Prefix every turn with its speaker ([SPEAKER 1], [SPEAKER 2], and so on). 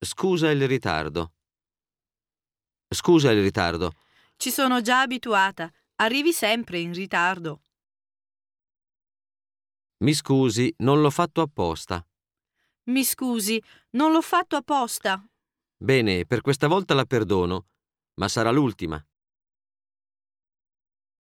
[SPEAKER 1] Scusa il ritardo. Scusa il ritardo.
[SPEAKER 2] Ci sono già abituata. Arrivi sempre in ritardo.
[SPEAKER 1] Mi scusi, non l'ho fatto apposta.
[SPEAKER 2] Mi scusi, non l'ho fatto apposta.
[SPEAKER 1] Bene, per questa volta la perdono, ma sarà l'ultima.